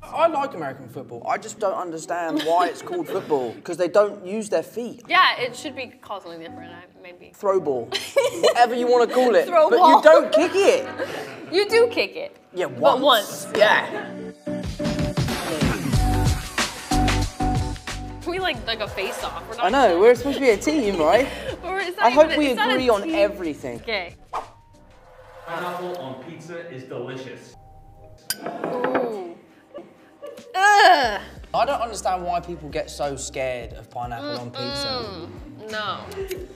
I like American football. I just don't understand why it's called football because they don't use their feet. Yeah, it should be called something different, I- maybe. Throw ball, whatever you want to call it, Throw but ball. you don't kick it. You do kick it. Yeah, once. But once. Yeah. We like like a face off. We're not I know. We're supposed to be a team, right? Or is that I hope even- we is that a agree on team? everything. Okay. Pineapple on pizza is delicious. Ooh. Ugh. I don't understand why people get so scared of pineapple on pizza. No.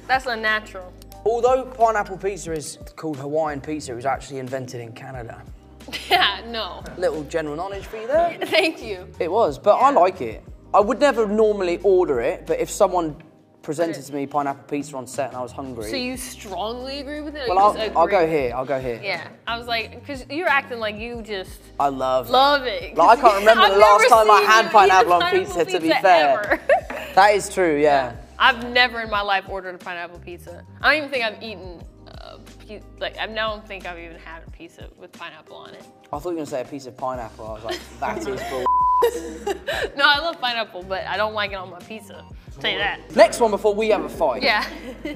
That's unnatural. Although pineapple pizza is called Hawaiian pizza, it was actually invented in Canada. Yeah, no. Little general knowledge for you there. Thank you. It was, but I like it. I would never normally order it, but if someone presented to me pineapple pizza on set and I was hungry, So you strongly agree with it? Or well, you just I'll, I'll agree? go here. I'll go here. Yeah. I was like, because you're acting like you just I love. love it. Like, I can't remember the I've last never time I seen had you eat pineapple a on pineapple pizza, to be fair. ever. it. That is true. Yeah. I've never in my life ordered a pineapple pizza. I don't even think I've eaten, uh, pi- like, I now don't think I've even had a pizza with pineapple on it. I thought you were gonna say a piece of pineapple. I was like, that is bull. No, I love pineapple, but I don't like it on my pizza. Say that. Next one before we have a fight. Yeah.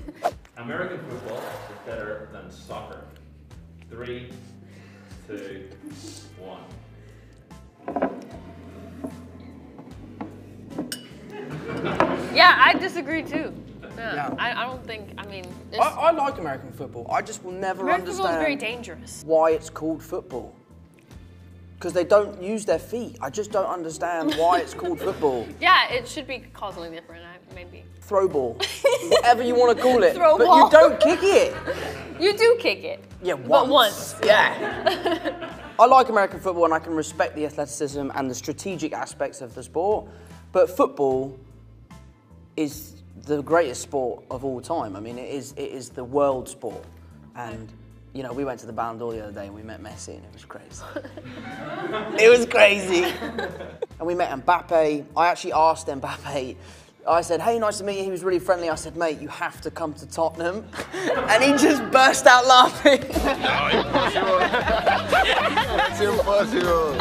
American football is better than soccer. Three, two, one. yeah, I disagree too. No, Yeah. I, I don't think, I mean, I, it's, I like American football. I just will never American football is understand very dangerous. why it's called football. Because they don't use their feet. I just don't understand why it's called football. Yeah, it should be called something different, I, maybe. Throw ball, whatever you want to call it, Throw but ball. you don't kick it. You do kick it. Yeah, once. But once. Yeah. I like American football and I can respect the athleticism and the strategic aspects of the sport, but football is the greatest sport of all time. I mean, it is it is the world sport, and you know we went to the Ballon d'Or the other day and we met Messi and it was crazy. it was crazy. and we met Mbappe. I actually asked Mbappe. I said, "Hey, nice to meet you." He was really friendly. I said, "Mate, you have to come to Tottenham," and he just burst out laughing. It's impossible.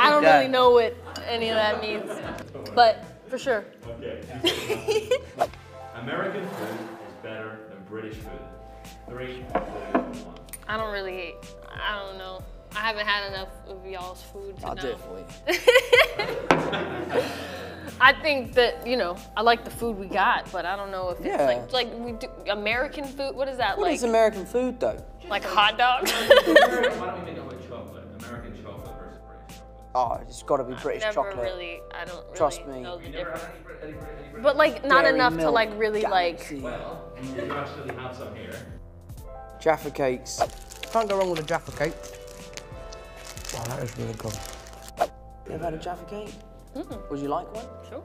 I don't Yeah. really know what any of that means, but for sure. Okay. American food is better than British food. Three, two, one. I don't really. I don't know. I haven't had enough of y'all's food to I'll know. do it for you. I think that you know. I like the food we got, but I don't know if Yeah. it's like like we do American food. What is that What like? is American food though? like hot dog? American- Why don't we make it with chocolate? American chocolate versus British chocolate. Oh, it's got to be British Never chocolate. really. I don't really Trust me. know the You never difference. had any, Brit- any, Brit- any British But like not Dairy enough to milk, like really like. galaxy. Well, you actually have some here. Jaffa cakes. Can't go wrong with a Jaffa cake. Wow, Oh, that is really good. You ever had a Jaffa cake? Would you like one? Sure.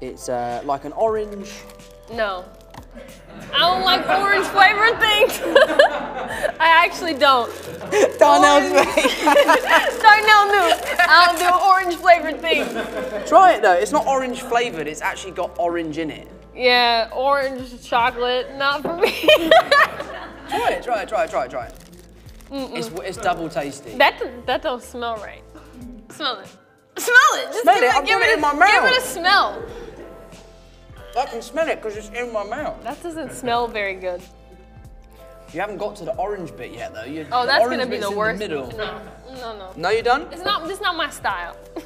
It's uh, like an orange. No. I don't like orange flavored things. I actually don't. Darnell's face. Darnell knew. I don't do orange flavored things. Try it though. It's not orange flavored. It's actually got orange in it. Yeah, orange chocolate, not for me. Try it. Try it. Try it. Try it. Try it. It's, it's double tasty. that that don't smell right. Smell it. Smell it. Just Smell give it, it. I'm give putting it it, in my a, give it a mouth. smell. I can smell it because it's in my mouth. That doesn't smell very good. You haven't got to the orange bit yet though. You- Oh, the that's orange gonna be bit's the in worst. middle. No, no, no. No, you done? It's not. This is not my style.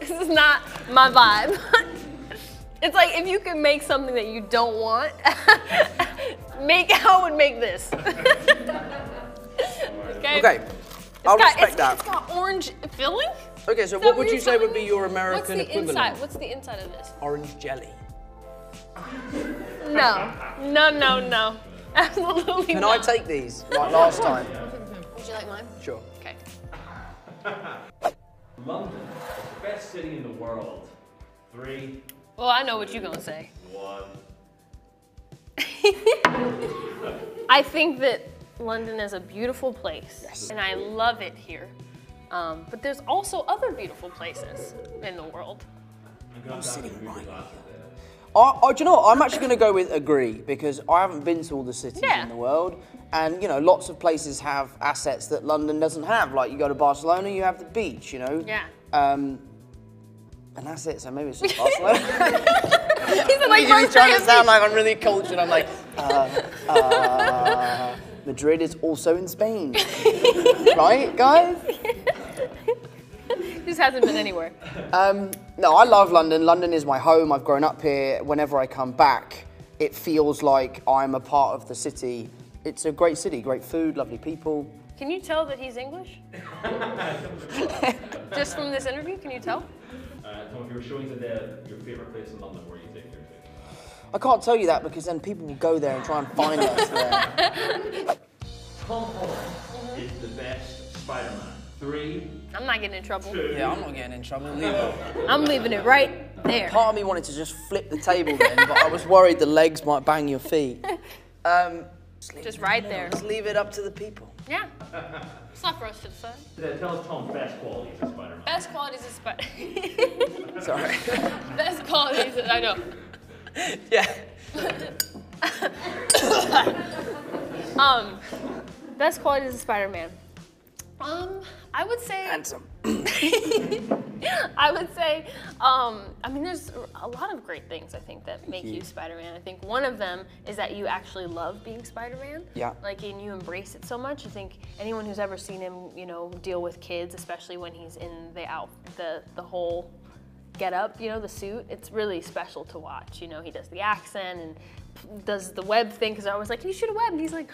this is not my vibe. it's like if you can make something that you don't want, make I would make this. okay. Okay. I'll It's got- respect it's- that. It's got orange filling. Okay, so Is that what would you're you say would telling be me? your American What's the equivalent? inside? What's the inside of this? Orange jelly. No, no, no, no. Absolutely Can I not. take these like last time? Would you like mine? Sure. Okay. London is the best city in the world. Three, Well, I know what you're gonna say. one. I think that London is a beautiful place, and I love it here. Um, but there's also other beautiful places in the world. I'm sitting right. I, I, do you know what? I'm actually going to go with agree because I haven't been to all the cities Yeah. in the world. And, you know, lots of places have assets that London doesn't have. Like, you go to Barcelona, you have the beach, you know? Yeah. Um, and that's it, so maybe it's just Barcelona. He said, like, You're first day trying of to sound like I'm really cultured. I'm like, uh, uh, Madrid is also in Spain. right, guys? beach. Just hasn't been anywhere. No, I love London. London is my home. I've grown up here. Whenever I come back, it feels like I'm a part of the city. It's a great city, great food, lovely people. Can you tell that he's English? Just from this interview, can you tell? Uh, Tom, if you were showing today your favourite place in London, where you take your pick? I can't tell you that because then people will go there and try and find us there. Tom Holland Mm-hmm. is the best Spider-Man. Three, I'm not getting in trouble. two. Yeah, I'm not getting in trouble either. I'm leaving it right there. Part of me wanted to just flip the table then, but I was worried the legs might bang your feet. Um, Just right there. Just leave it up to the people. Yeah. It's not for us to decide. Today, tell us Tom's best qualities of Spider-Man. Best qualities of Spider. Sorry. Best qualities. Of, I know. yeah. Um, best qualities of Spider-Man. Um, I would say. Handsome. I would say, um, I mean, there's a lot of great things I think that make you Spider-Man. I think one of them is that you actually love being Spider-Man. Yeah. Like, and you embrace it so much. I think anyone who's ever seen him, you know, deal with kids, especially when he's in the out the the whole get up, you know, the suit. It's really special to watch. You know, he does the accent and p- does the web thing because I was like, "Can you shoot a web?" And he's like.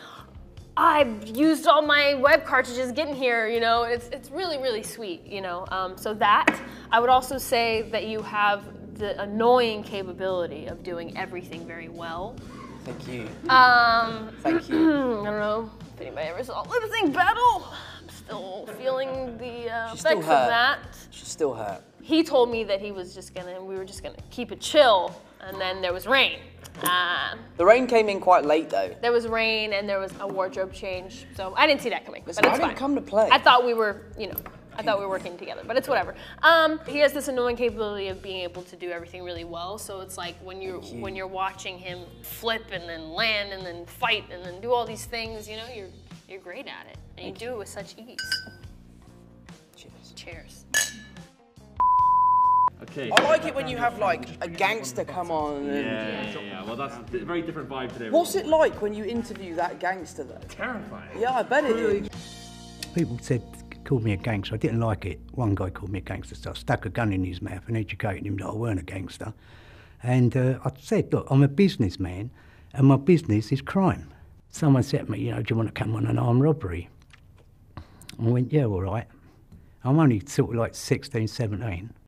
I've used all my web cartridges getting here, you know. It's it's really really sweet, you know. Um, so that I would also say that you have the annoying capability of doing everything very well. Thank you. Um, Thank you. I don't know if anybody ever saw Lip Sync Battle. I'm still feeling the uh, She's still effects of hurt. that. She's still hurt. He told me that he was just gonna, we were just gonna keep it chill, and then there was rain. Uh, The rain came in quite late though. there was rain and there was a wardrobe change, so I didn't see that coming. Listen, but I it's didn't fine. come to play. I thought we were, you know, I thought we were working together, but it's whatever. Um, he has this annoying capability of being able to do everything really well. So it's like when you're you. when you're watching him flip and then land and then fight and then do all these things, you know, you're you're great at it, and you do it with such ease. Cheers. Cheers. Okay. I like it when you have like a gangster come on. And Yeah, yeah, yeah. Well, that's a very different vibe today. What's it like when you interview that gangster though? Terrifying. Yeah, I bet it is. People said called me a gangster. I didn't like it. One guy called me a gangster, so I stuck a gun in his mouth and educated him that I weren't a gangster. And uh, I said, look, I'm a businessman, and my business is crime. Someone said to me, you know, do you want to come on an armed robbery? I went, yeah, all right. I'm only sort of like 16, 17.